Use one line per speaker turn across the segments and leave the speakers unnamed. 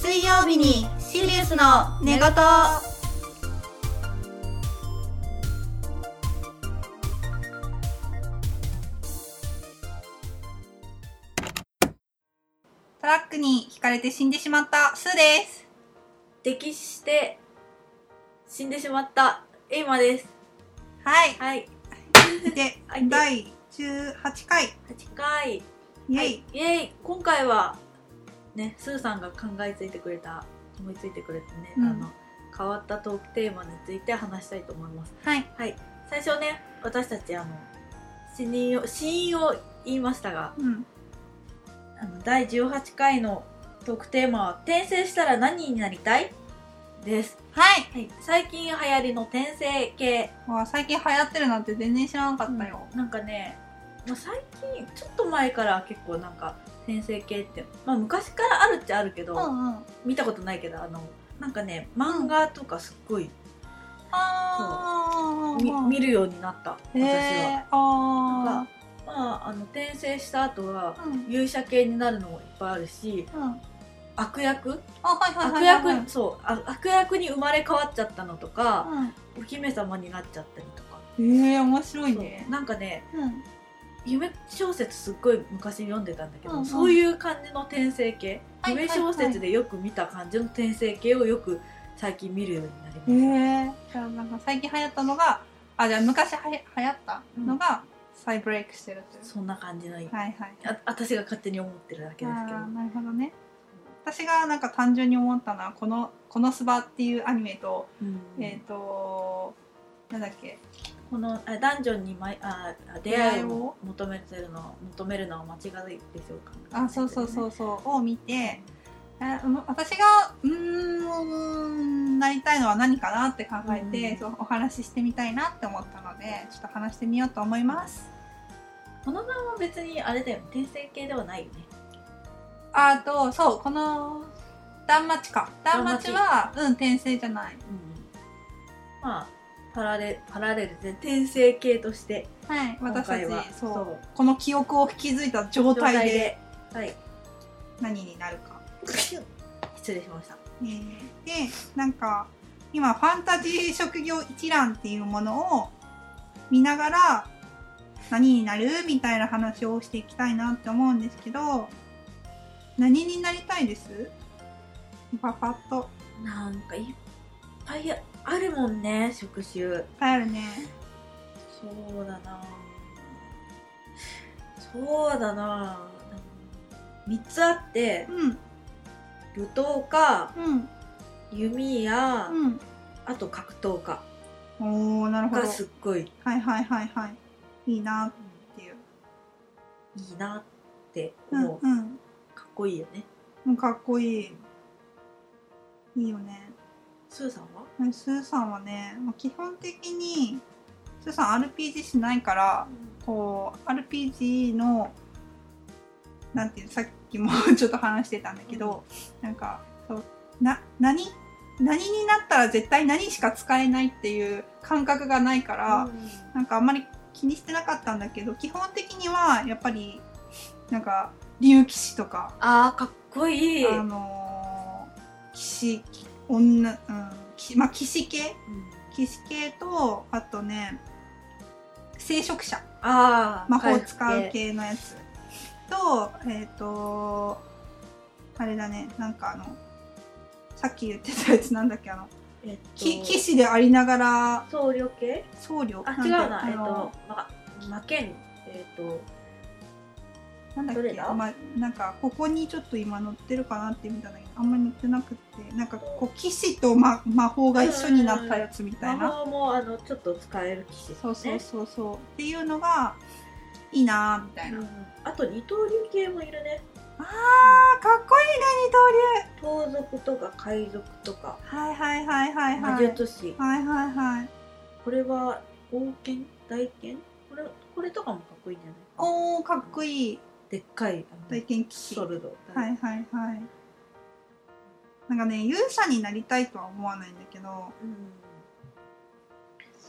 水曜日にシリウスの寝言
トラックにひかれて死んでしまったスーです。
溺死して死んでしまったエイマです。
はい。
はい、
で
はい、
第18回。
8回。
イ
は
ェ
い
イ。、
イエイ今回は、ね、スーさんが考えついてくれた、思いついてくれたね、
うん
あの、変わったトークテーマについて話したいと思います。
はい。
はい、最初ね、私たち、あの、死人を、死因を言いましたが、
うん。
あの、第18回のトークテーマは、転生したら何になりたいです。
はい。
はい、最近流行りの転生系
わあ最近流行ってるなんて全然知らなかったよ。
なんかね、まあ、最近ちょっと前から結構なんか先生系って、まあ、昔からあるっちゃあるけど、
うんうん。
見たことないけどあのなんかね漫画とかすっごい
あー
み、見るようになった私は、
へーあ
まああの転生した後は
ー。うん。
勇者系になるのもいっぱいあるし
うん。
悪役
あ、はいはいは
悪
いはいはい。
役そうあ悪役に生まれ変わっちゃったのとか、
う
お姫様になっちゃったりとか、
ん。えー、面白いね
そう。なんかね
うん。
夢小説すっごい昔読んでたんだけど、
うんうん
そういう感じの転生系、
はいはいはい
夢小説でよく見た感じの転生系をよく最近見るようになりま
へ
した、
えじゃあなんか最近流行ったのがあじゃあ昔はや流行ったのが再ブレイクしてるっていう、
そんな感じの、
はいはい
あ私が勝手に思ってるだけですけど
あーなるほどね私がなんか単純に思ったのはこの「このスバ」っていうアニメと、
うん
えっ、となんだっけ
このあ男女にまいああ出会いを求めてるの求めるのは間違いでしょうか、
あそうそう
う
そ
ん
うそうを見てあうん私がうーんなりたいのは何かなって考えて、
うん
そうお話ししてみたいなって思ったのでちょっと話してみようと思います
この名は別にあれだよね転生系ではないよね
あとそうこの断末か
断
断
末
末はうん転生じゃない
まあパラレパラレルで転生系として
はい
今
私たち
回は
そうこの記憶を引き継いだ状態で
状態ではい
何になるか
失礼しました
えーでなんか今ファンタジー職業一覧っていうものを見ながら何になるみたいな話をしていきたいなって思うんですけど何になりたいですパパッと
なんかいっぱいあるもんね職種
いっぱいあるね
そうだなそうだな3つあって
うん
舞踏家
うん
弓矢、
うん
あと格闘家
おーなるほど
がすっごい
はいはいはいはいいいなっていう
いいなって
うん
思う、
うん
かっこいいよね
うんかっこいいいいよね
スーさんは
はいスーさんはね、まあ、基本的にスーさん RPG しないからこう RPG のなんていうのさっきも ちょっと話してたんだけど、なんかそうな何何になったら絶対何しか使えないっていう感覚がないから、なんかあんまり気にしてなかったんだけど基本的にはやっぱりなんか竜騎士とか
あーかっこいい、
あのー、騎士女、うん騎まあ、騎士系騎士系とあとね聖職者
ああ
魔法使う系のやつとえっ、とあれだねなんかあのさっき言ってたやつなんだっけあの
えっと
き騎士でありながら
僧侶系
僧侶
あ
ん
違
て
うなえっ
あの
とま魔剣えっと
なんだっ
どれ
け
だ
まあ、なんかここにちょっと今載ってるかなって見たんだけどあんまり載ってなくってなんかこう騎士と、ま、魔法が一緒になったやつみたいな
魔法もあのちょっと使える騎士ですね
そうそうそうそうっていうのがいいなーみたいな、
う
あ
んあと二刀流系もいるね
ーかっこいいね
盗賊とか海賊とか
二刀流はいはいはいはいは
魔
い
術師
はいはいはい
これは王剣大剣これこれとかもかっこいいんじゃないかな
おーかっこいい
でっかいあ
体
の
験騎士
ソ
はい
ルド
はいはいなんかね勇者になりたいとは思わないんだけど
うん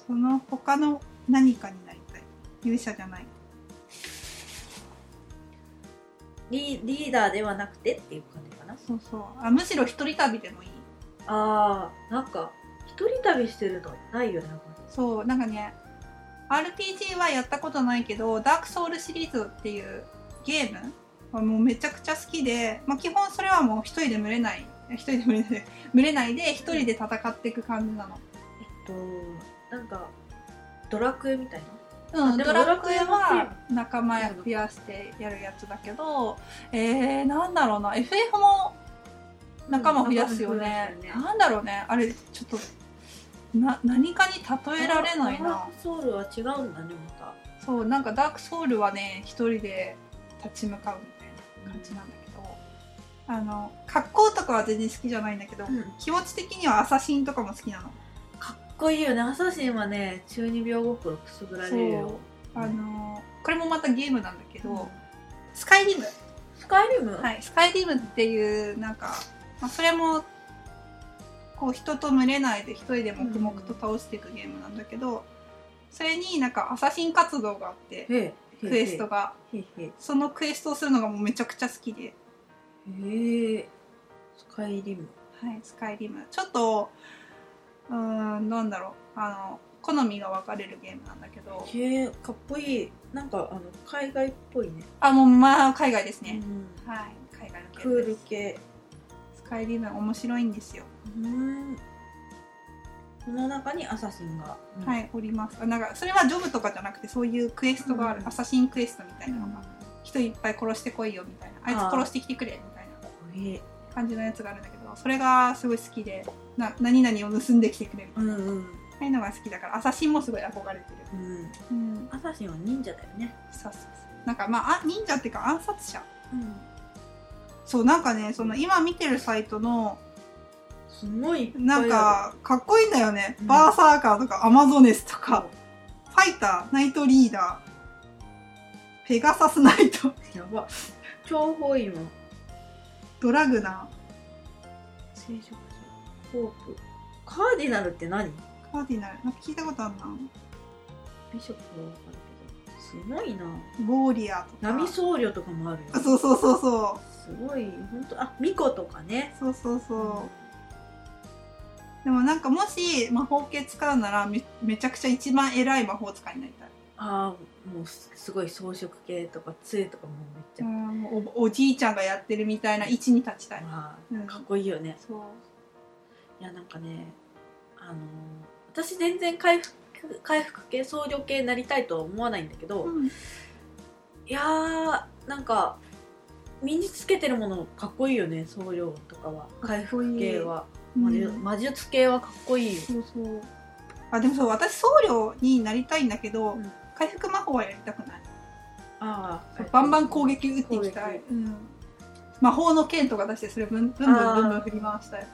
その他の何かになりたい勇者じゃない
リリーダーではなくてっていう感じかな
そうそうあむしろ一人旅でもいい
あーなんか一人旅してるのないよねなんか
そうなんかね RPG はやったことないけどダークソウルシリーズっていうゲームはもうめちゃくちゃ好きで、まあ、基本それはもう一人で群れない一人で群れない群れないで一人で戦っていく感じなの
えっとなんかドラクエみたいな
うん、
でも
ドラクエ
ドラクエは
は仲間増やしてやるやつだけど、えー、なんだろうな FF も仲間増やすよね,、
うん仲間増やすよね
なんだろうねあれちょっとな何かに例えられない
ダ
な
ークソウルは違うんだねまた
そうなんかダークソウルはね一人で立ち向かうみたいな感じなんだけど、あの格好とかは全然好きじゃないんだけど、気持ち的にはアサシンとかも好きなの
かっこいいよねアサシンはね中二病心くすぐられるよ
あのこれもまたゲームなんだけど、
うん
スカイリム
スカイリム、
はい、スカイリムっていうなんか、まあ、それもこう人と群れないで一人で黙々と倒していくゲームなんだけど、それになんかアサシン活動があって
へえ
クエストが
へえへえ
そのクエストをするのがもうめちゃくちゃ好きで、
へえスカイリム
はい、スカイリムちょっとうーんなんだろうあの好みが分かれるゲームなんだけど
へえかっこいいなんかあの海外っぽいね
あもうまあ海外ですね、
うん
はい海外のゲ
ク
ーム
ー
で
ル
す
系
スカイリム面白いんですよ、
うんその中にアサシンが、、
はいいおりますあなんかそれはジョブとかじゃなくてそういうクエストがある、
うん
アサシンクエストみたいなのが、人いっぱい殺してこいよみたいなあい
あー
つ殺してきてくれみたい
かっこいい
な感じのやつがあるんだけどそれがすごい好きでな何々を盗んできてくれるみた
う
いな、あ
んうん
あいうのが好きだからアサシンもすごい憧れてる、
う
う
ん
ん、
アサシンは忍者だよね
そうそうそうなんかまああ忍者っていうか暗殺者
うん
そうなんかねその今見てるサイトの
すごいいっぱいあ
な
る
んかかっこいいんだよね、
うん
バーサーカーとかアマゾネスとか、ファイターナイトリーダーペガサスナイト
やば諜報員は
ドラグナ
聖職者ホープカーディナルって何
ーカーディナルなんか聞いたことあるな
ビショップは分かるけどすごいな
ボーリアとか
波僧侶とかもあるよ
あそうそうそうそう
すごい本当あ巫女とかね
そうそうそう、でもなんかもし魔法系使うならめめちゃくちゃ一番偉い魔法使いになりたい
ああもうすすごい装飾系とか杖とかもめっちゃ、
うんもうおおじいちゃんがやってるみたいな位置に立ちたい
まあ
うん
かっこいいよね
そう
いやなんかねあのー私全然回復回復系僧侶系になりたいとは思わないんだけど、
うん
いやーなんか身につけてるものかっこいいよね僧侶とかは回復系は魔
うん
術,、魔術系はかっこいいよ
そうそうあでもそう私僧侶になりたいんだけど、
うん
回復魔法はやりたくない、
ああ
バンバン攻撃打っていきたい、うん魔法の剣とか出してそれぶんぶんぶんぶんぶん振り回したい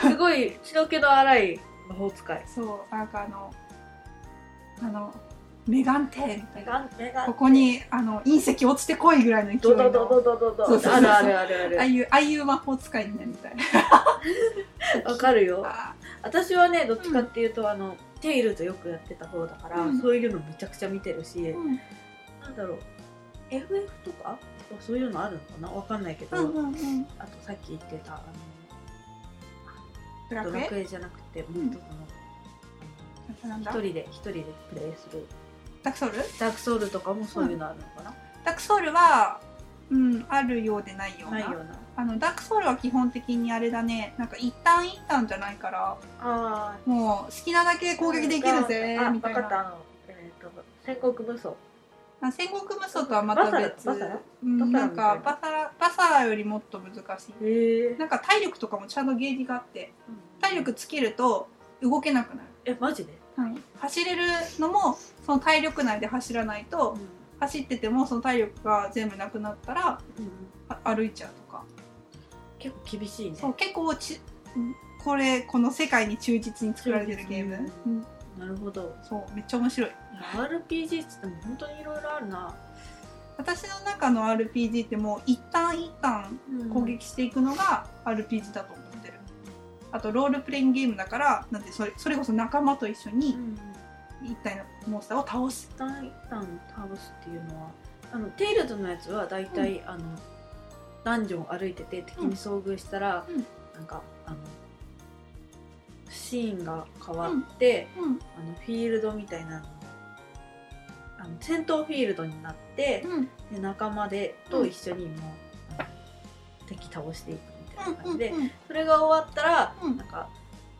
すごい血の気の荒い魔法使い
そうなんかあのあのメガンテみたいな
メガ
ここにあの隕石落ちてこいぐらいの勢い
ド
の
ドドドドド
そうそうそう
ドあるあるあるある
ああいうああいう魔法使いになりたい
わかるよ
あ
私はねどっちかっていうと、あのテイルズよくやってた方だから、
うん
そういうのめちゃくちゃ見てるし、
ーうん
なんだろう FF とかそういうのあるのかなわかんないけど、
うんうんうん
あとさっき言ってたあ
ド
の
ラ
ド
ク
ラ
エ
クエじゃなくてもう一つの、あ
なんだ
の一人で一人でプレイする
ダークソウル
ダークソウルとかもそういうのあるのかな、
ダークソウルはうんあるようでないような
ないような
あのダークソウルは基本的にあれだねなんか一旦一旦じゃないから
あ
もう好きなだけ攻撃できるぜ
あ
みたい
わかっ
な
たあのえっ、と戦国武装
あ戦国無双とはまた別
バサラバサラ
うん
バサラ
なん
みたいな
かバサラバサラよりもっと難しい
へえ
なんか体力とかもちゃんとゲージがあって体力つけると動けなくなる、
えマジで、
走れるのもその体力内で走らないと走っててもその体力が全部なくなったらあ歩いちゃうとか
結構厳しいね
そう結構ちこれこの世界に忠実に作られてるゲーム
忠、実
うん
なるほど
そうめっちゃ面白い
いや RPG っつっても本当にいろいろあるな、
私の中の RPG ってもう一旦一旦攻撃していくのが RPG だと思ってるあとロールプレイングゲームだからなんてそれそれこそ仲間と一緒
う
に
ん
一体のモンスターを倒す
一旦一旦倒すっていうのはあのテイルズのやつは大体、あのダンジョンを歩いてて敵に遭遇したら、
うん
なんかあのシーンが変わって、
うん
あのフィールドみたいなあの戦闘フィールドになって、
うん
で仲間でと一緒にもう、あの敵倒していくみたいな感じで、
うん
それが終わったら、
うん
なんか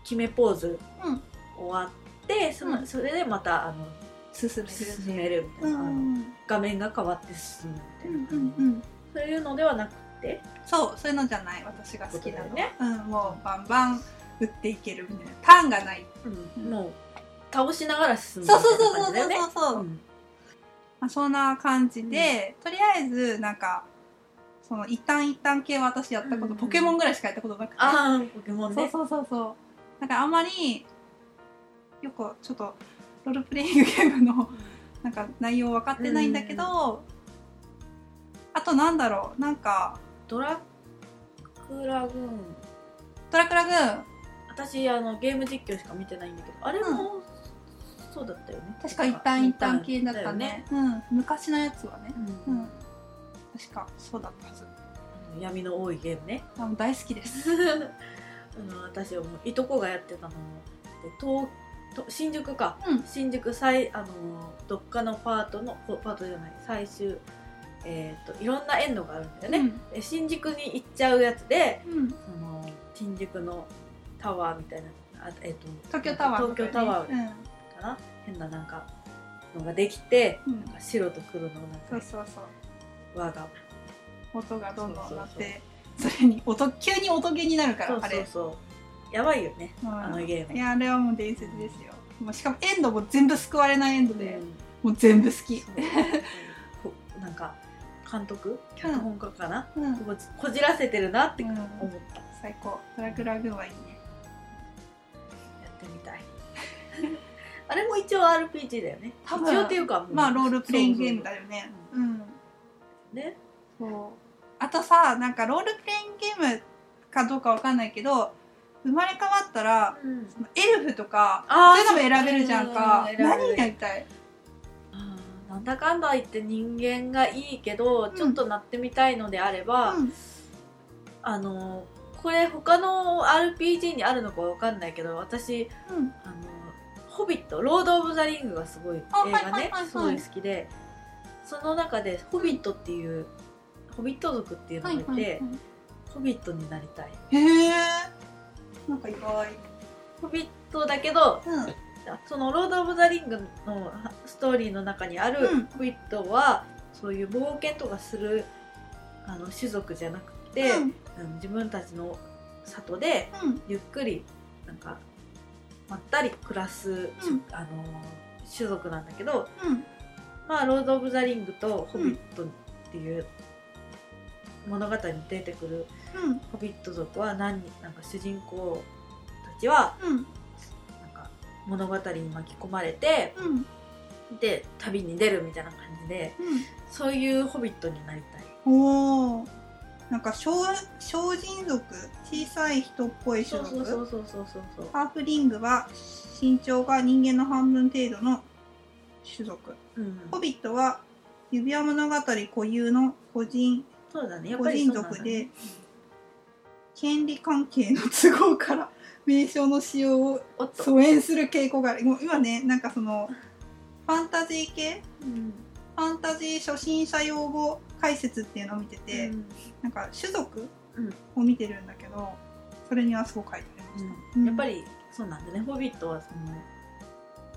決めポーズ
うん
終わってその、
うん
それでまたあの
進
進めるみた
う
いな、あの
ん
画面が変わって進む
う
み
ん
た
う
いな感
ん
じ、
うん
そういうのではなくて
そうそういうのじゃない私が好きなの
ことだよね
うんもうバンバン打っていけるみたいなパンがない、ん
もう倒しながら進むみた
そ
いう
そう
な
そうそ
感じ
う
だ
そう
よね
そうそう、
うん
まあ、そんな感じで、とりあえずなんかその一旦一旦系は私やったこと、
うん
ポケモンぐらいしかやったことなくて
ああポケモン
そう
ね
そうそうそうだからあんまりよくちょっとロールプレイングゲームのなんか内容分かってないんだけど、あとなんだろうなんか
ドラクラグーン
ドラクラグーン
私あのゲーム実況しか見てないんだけどあれも、そうだったよね
確か一旦一旦系だった
よ
ねうん、昔のやつはね
うん
うん確かそうだったはず
あの闇の多いゲームね
あもう大好きです
あの私はもういとこがやってたので東と新宿か、
うん
新宿最あのどっかのパートのこパートじゃない最終えっ、といろんなエンドがあるんだよね、で新宿に行っちゃうやつで
うん、うん、
その新宿のタワーみたいなあ、えっと
東京タワーとかね
東京タワーかな、変ななんかのができて
うん、うん
なん、か白と黒の
そ
なん
う
か
そうそう
輪が
音がどんどん鳴ってそれに音急に音ゲになるから
そう
あれ
そうそうやばいよね
うん
あのゲーム
いやあれはもう伝説ですよもうしかもエンドも全部救われないエンドで
う、ん
もう全部好き
そうこなんか監督脚本家かな、
うん、うん
こじこじらせてるなって思った、や
最高ドラクラグーンはいいね
ってみたい あれも一応 RPG だよね
多分
一応っていうかもう
まあロールプレイングゲームだよね
そう
うん
ね
そうあとさなんかロールプレイングゲームかどうかわかんないけど生まれ変わったら
うん
エルフとか
あ
そう
ー
いうのも選べるじゃんか
うん選べる
何になりたい
あーなんだかんだ言って人間がいいけど、ちょっとなってみたいのであれば、
うん
あのこれ他の RPG にあるのかわかんないけど私
うん
あの「ホビット」「ロード・オブ・ザ・リング」がすごい映
あ
画
はいはい
ね
はいはい
すごい好きでその中で「ホビット」っていう、ホビット族っていうのがいて、ホビットになりたい
へえなんか意外
ホビットだけど
うん
その「ロード・オブ・ザ・リング」のストーリーの中にある
うん
ホビットは、そういう冒険とかするあの種族じゃなくて、
うん
あの自分たちの里で
うん
ゆっくりなんかまったり暮らす、
うん
あの種族なんだけど、
うん
まあ、ロード・オブ・ザ・リングとホビットっていう物語に出てくる
うん
ホビット族は何人なんか主人公たちは
うん
なんか物語に巻き込まれて
うん
で旅に出るみたいな感じでそういうホビットになりたい。
うんおおなんか小小人族小さい人っぽい種
そう
族
そうそうそうそうそう
ハーフリングは身長が人間の半分程度の種族
うん、
ホビットは指輪物語固有の個人
そうだねやっ
個
ぱり
人
そうなんだ
族
ね
で権利関係の都合から名称の使用を
おっと、
疎遠する傾向があるもう今ねなんかそのファンタジー系
うん
ファンタジー初心者用語解説っていうのを見てて、
うん
なんか種族
うん
を見てるんだけどそれにはそう書いてありました、
やっぱりそうなんだね「ホビット」はその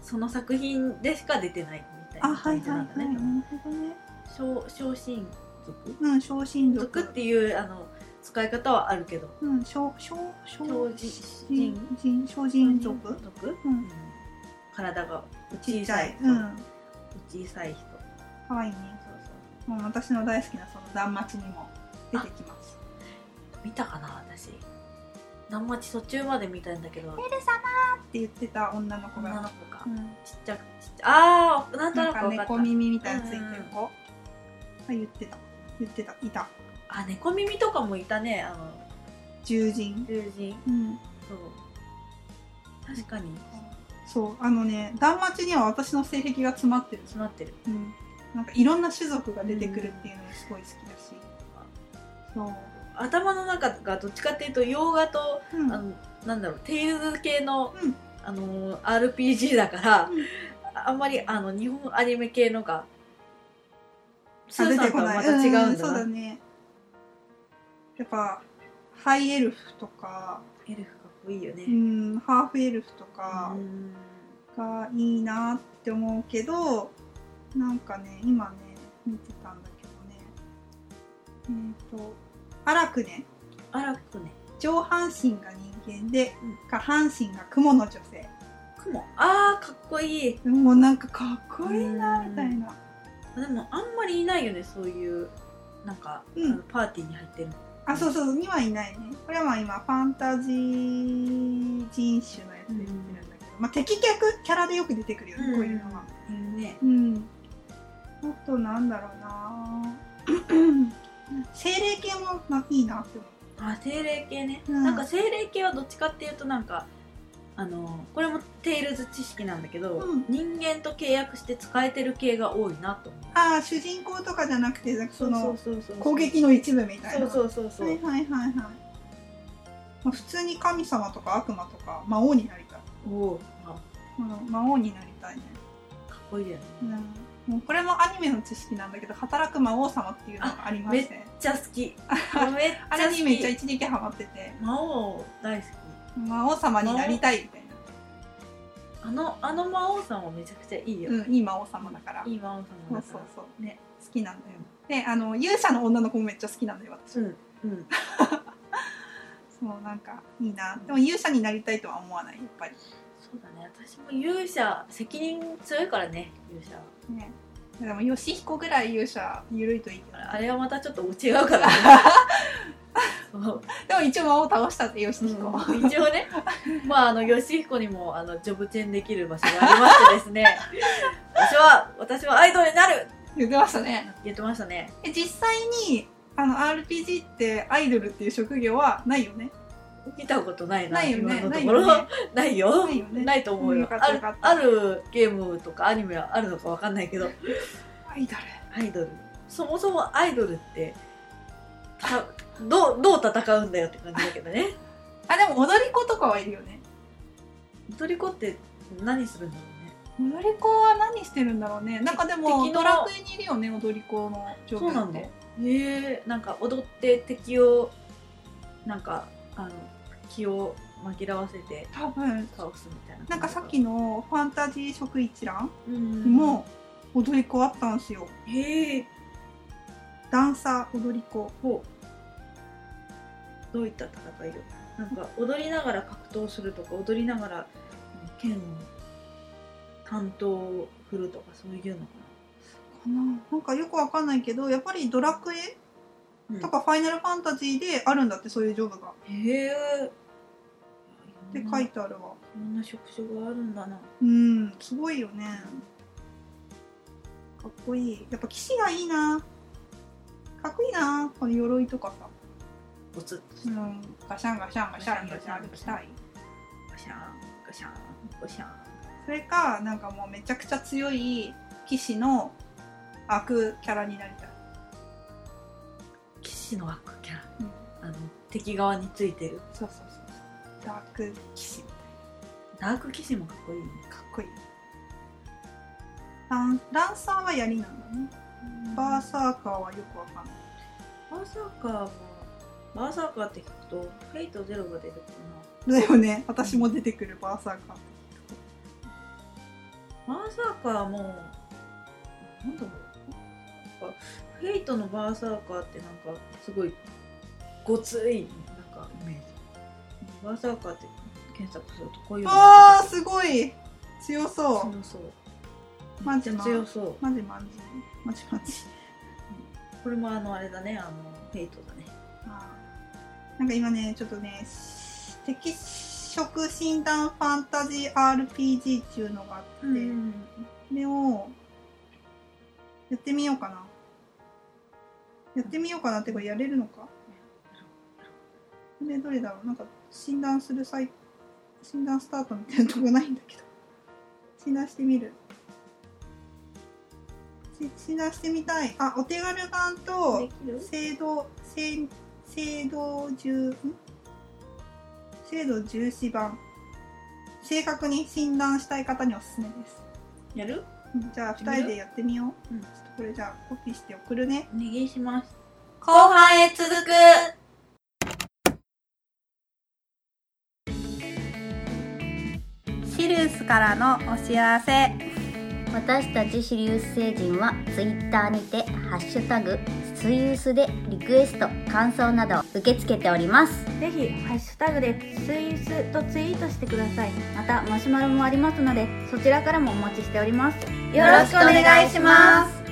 その作品でしか出てないみたい
あ
な
はい
感じ
はいは
ないんだ
な
ね
る
多分
ほどね
小小神族
うん小神族
族っていうあの使い方はあるけど
うん小小小
小
人
人
人小人族う
うんん、体が
ち
小
っち
さ
ゃ
い
い、
そううん小さい人
可愛いねもう私の大好きなその断末にも出てきます
見たかな私何町途中まで見たんだけど
エル様って言ってた女の子
女の
が、
子か
うん、
ちっちゃくちっちゃああなんと
な
なんく
か
分かった
猫耳みたいなついてる子が言ってた言ってたいた
あ猫耳とかもいたねあの
獣人
獣人
うん
そう確かに
そうあのね断末には私の性癖が詰まってる
詰まってる
うんなんかいろんな種族が出てくるっていうのがすごい好きだし、そう、
頭の中がどっちかっていうと洋画と、
うん
あのなんだろうテイルズ系の、
うん
あの RPG だから、
うん
あんまりあの日本アニメ系のがス
あ
ー
出
さ
て
んと
こ
は
ない
また違うんだな、
んそうだねやっぱハイエルフとか、
エルフかっこいいよね、
うん、ハーフエルフとか
うん
がいいなって思うけどなんかね今ね見てたんだけどねえっ、と荒くね
アラクね
上半身が人間で、
う
下半身が雲の女性
クモあーかっこいい
もうなんかかっこいいなみたいな、
でもあんまりいないよねそういうなんか、
うん
あのパーティーに入ってる
あそうそうにはいないねこれはまあ今ファンタジー人種のやつで出てるんだけど、まあ、敵客キャラでよく出てくるよね、こういうのは
ね
うんあとなんだろうな 精霊系もないいなって思
あ精霊系ね、
うん
なんか精霊系はどっちかっていうとなんかあのこれもテイルズ知識なんだけど、
うん
人間と契約して使えてる系が多いなと思う
うああ主人公とかじゃなくてなんかその
そうそうそうそう
攻撃の一部みたい
そ
な
うそうそうそう、
はいはいはいはい、まあ、普通に神様とか悪魔とか魔王になりたい、
おおあ
うん、魔王になりたいね
かっこいいよね、
うん、もうこれもアニメの知識なんだけど「働く魔王様」っていうのがありまして
めっちゃ好きめっちゃ好
あれ
き
にめっちゃ一時期ハマってて
魔王大好き
魔王様になりたいみたい
あのあの魔王さんはめちゃくちゃいいよ、
な、うん、いい魔王様だから
いい魔王さん
そ
だ
う
から
そうそう、
ね
ね、好きなんだよであの勇者の女の子もめっちゃ好きなんだよ私、
うんうん
そうなんかいいなでも勇者になりたいとは思わないやっぱり
そうだね私も勇者責任強いからね勇者は
ねでも義彦ぐらい勇者緩いといいけど
あれはまたちょっと違 うからねそう
でも一応魔王倒したって義彦、
一応 ね、まあ、あの吉彦にもあのジョブチェンできる場所がありましてで すね私は私はアイドルになる
言ってましたね
言ってましたね
え実際にあの RPG ってアイドルっていう職業はないよね
見たことないな
ないよね
今の
な
と
い
ころ
よね
ないよ
ないよね
ないと思うよ,、
よかった
あ
よ
る
かった
あるゲームとかアニメはあるのかわかんないけど
アイドル
アイドルそもそもアイドルってたどうどう戦うんだよって感じだけ どね
あでも踊り子とかはいるよね
踊り子って何するんだろうね
踊り子は何してるんだろうねなんかでも
敵の
ドラクエにいるよね踊り子の状
そうな
況
ん
っ
だ
て
へえなんか踊って敵をなんかあの気を紛らわせて
多分
倒すみたいな
なんかさっきのファンタジー食一覧に
も
も踊り子あったんすよ
へえ
ダンサー踊り子
ほうどういった戦いよなんか踊りながら格闘するとか踊りながらうん剣を担当を振るとかそういうのか
かななんかよくわかんないけどやっぱりドラクエ
な、うん
とかファイナルファンタジーであるんだってそういうジョブが
へえ
って書いてあるわ
いろんな職種があるんだな
うんすごいよねかっこいいやっぱ騎士がいいなかっこいいなこの鎧とかさ
ボツッと
う
した
ん、ガシャンガシャンガシャンガシャン歩きたい
ガシャンガシャンガシャン
それかなんかもうめちゃくちゃ強い騎士の悪キャラになりたい、
騎士の悪キャラ
うん、
あの敵側についてる
そうそうそうそうダーク騎士か
ダーク騎士もかっこいいね
っこいいランランサーは槍なんだねバーサーカーはよくわかんない
バーサーカーもバーサーカーって聞くとフェイトゼロが出るか
だよね私も出てくるバーサーカー
なバーサーカーもなんだろうバーサーカーフェイトのバーサーカーってなんかすごいごついなんかイメージバーサーカーって検索するとこういうの
あ
が
ー
出て
すごい強そ
く
う
る強そう
マジマ
強そう
マジマジマジマジ
これもあのあれだねあのフェイトだね
あーなんか今ねちょっとね適色診断ファンタジー RPG っていうのがあって、それをやってみようかなやってみようかなってこれやれるのかこれどれだろうなんか診断する際診断スタートみ たいなとこないんだけど診断してみるししだしてみたいあお手軽版
で
と
きる
聖堂聖聖堂重ん聖堂重視版正確に診断したい方におすすめです
やる
うんじゃあ2人でやってみよう、
うん
ちょっとこれじゃあコピーして送るね
お願いします
後半へ続く
シリウスからのお知らせ
私たちシリウス星人はツイッターにて「ハッシュタグスイウス」でリクエスト感想などを受け付けております
ぜひハッシュタグでスイスとツイートしてください
またマシュマロもありますので
そちらからもお待ちしております
よろしくお願いします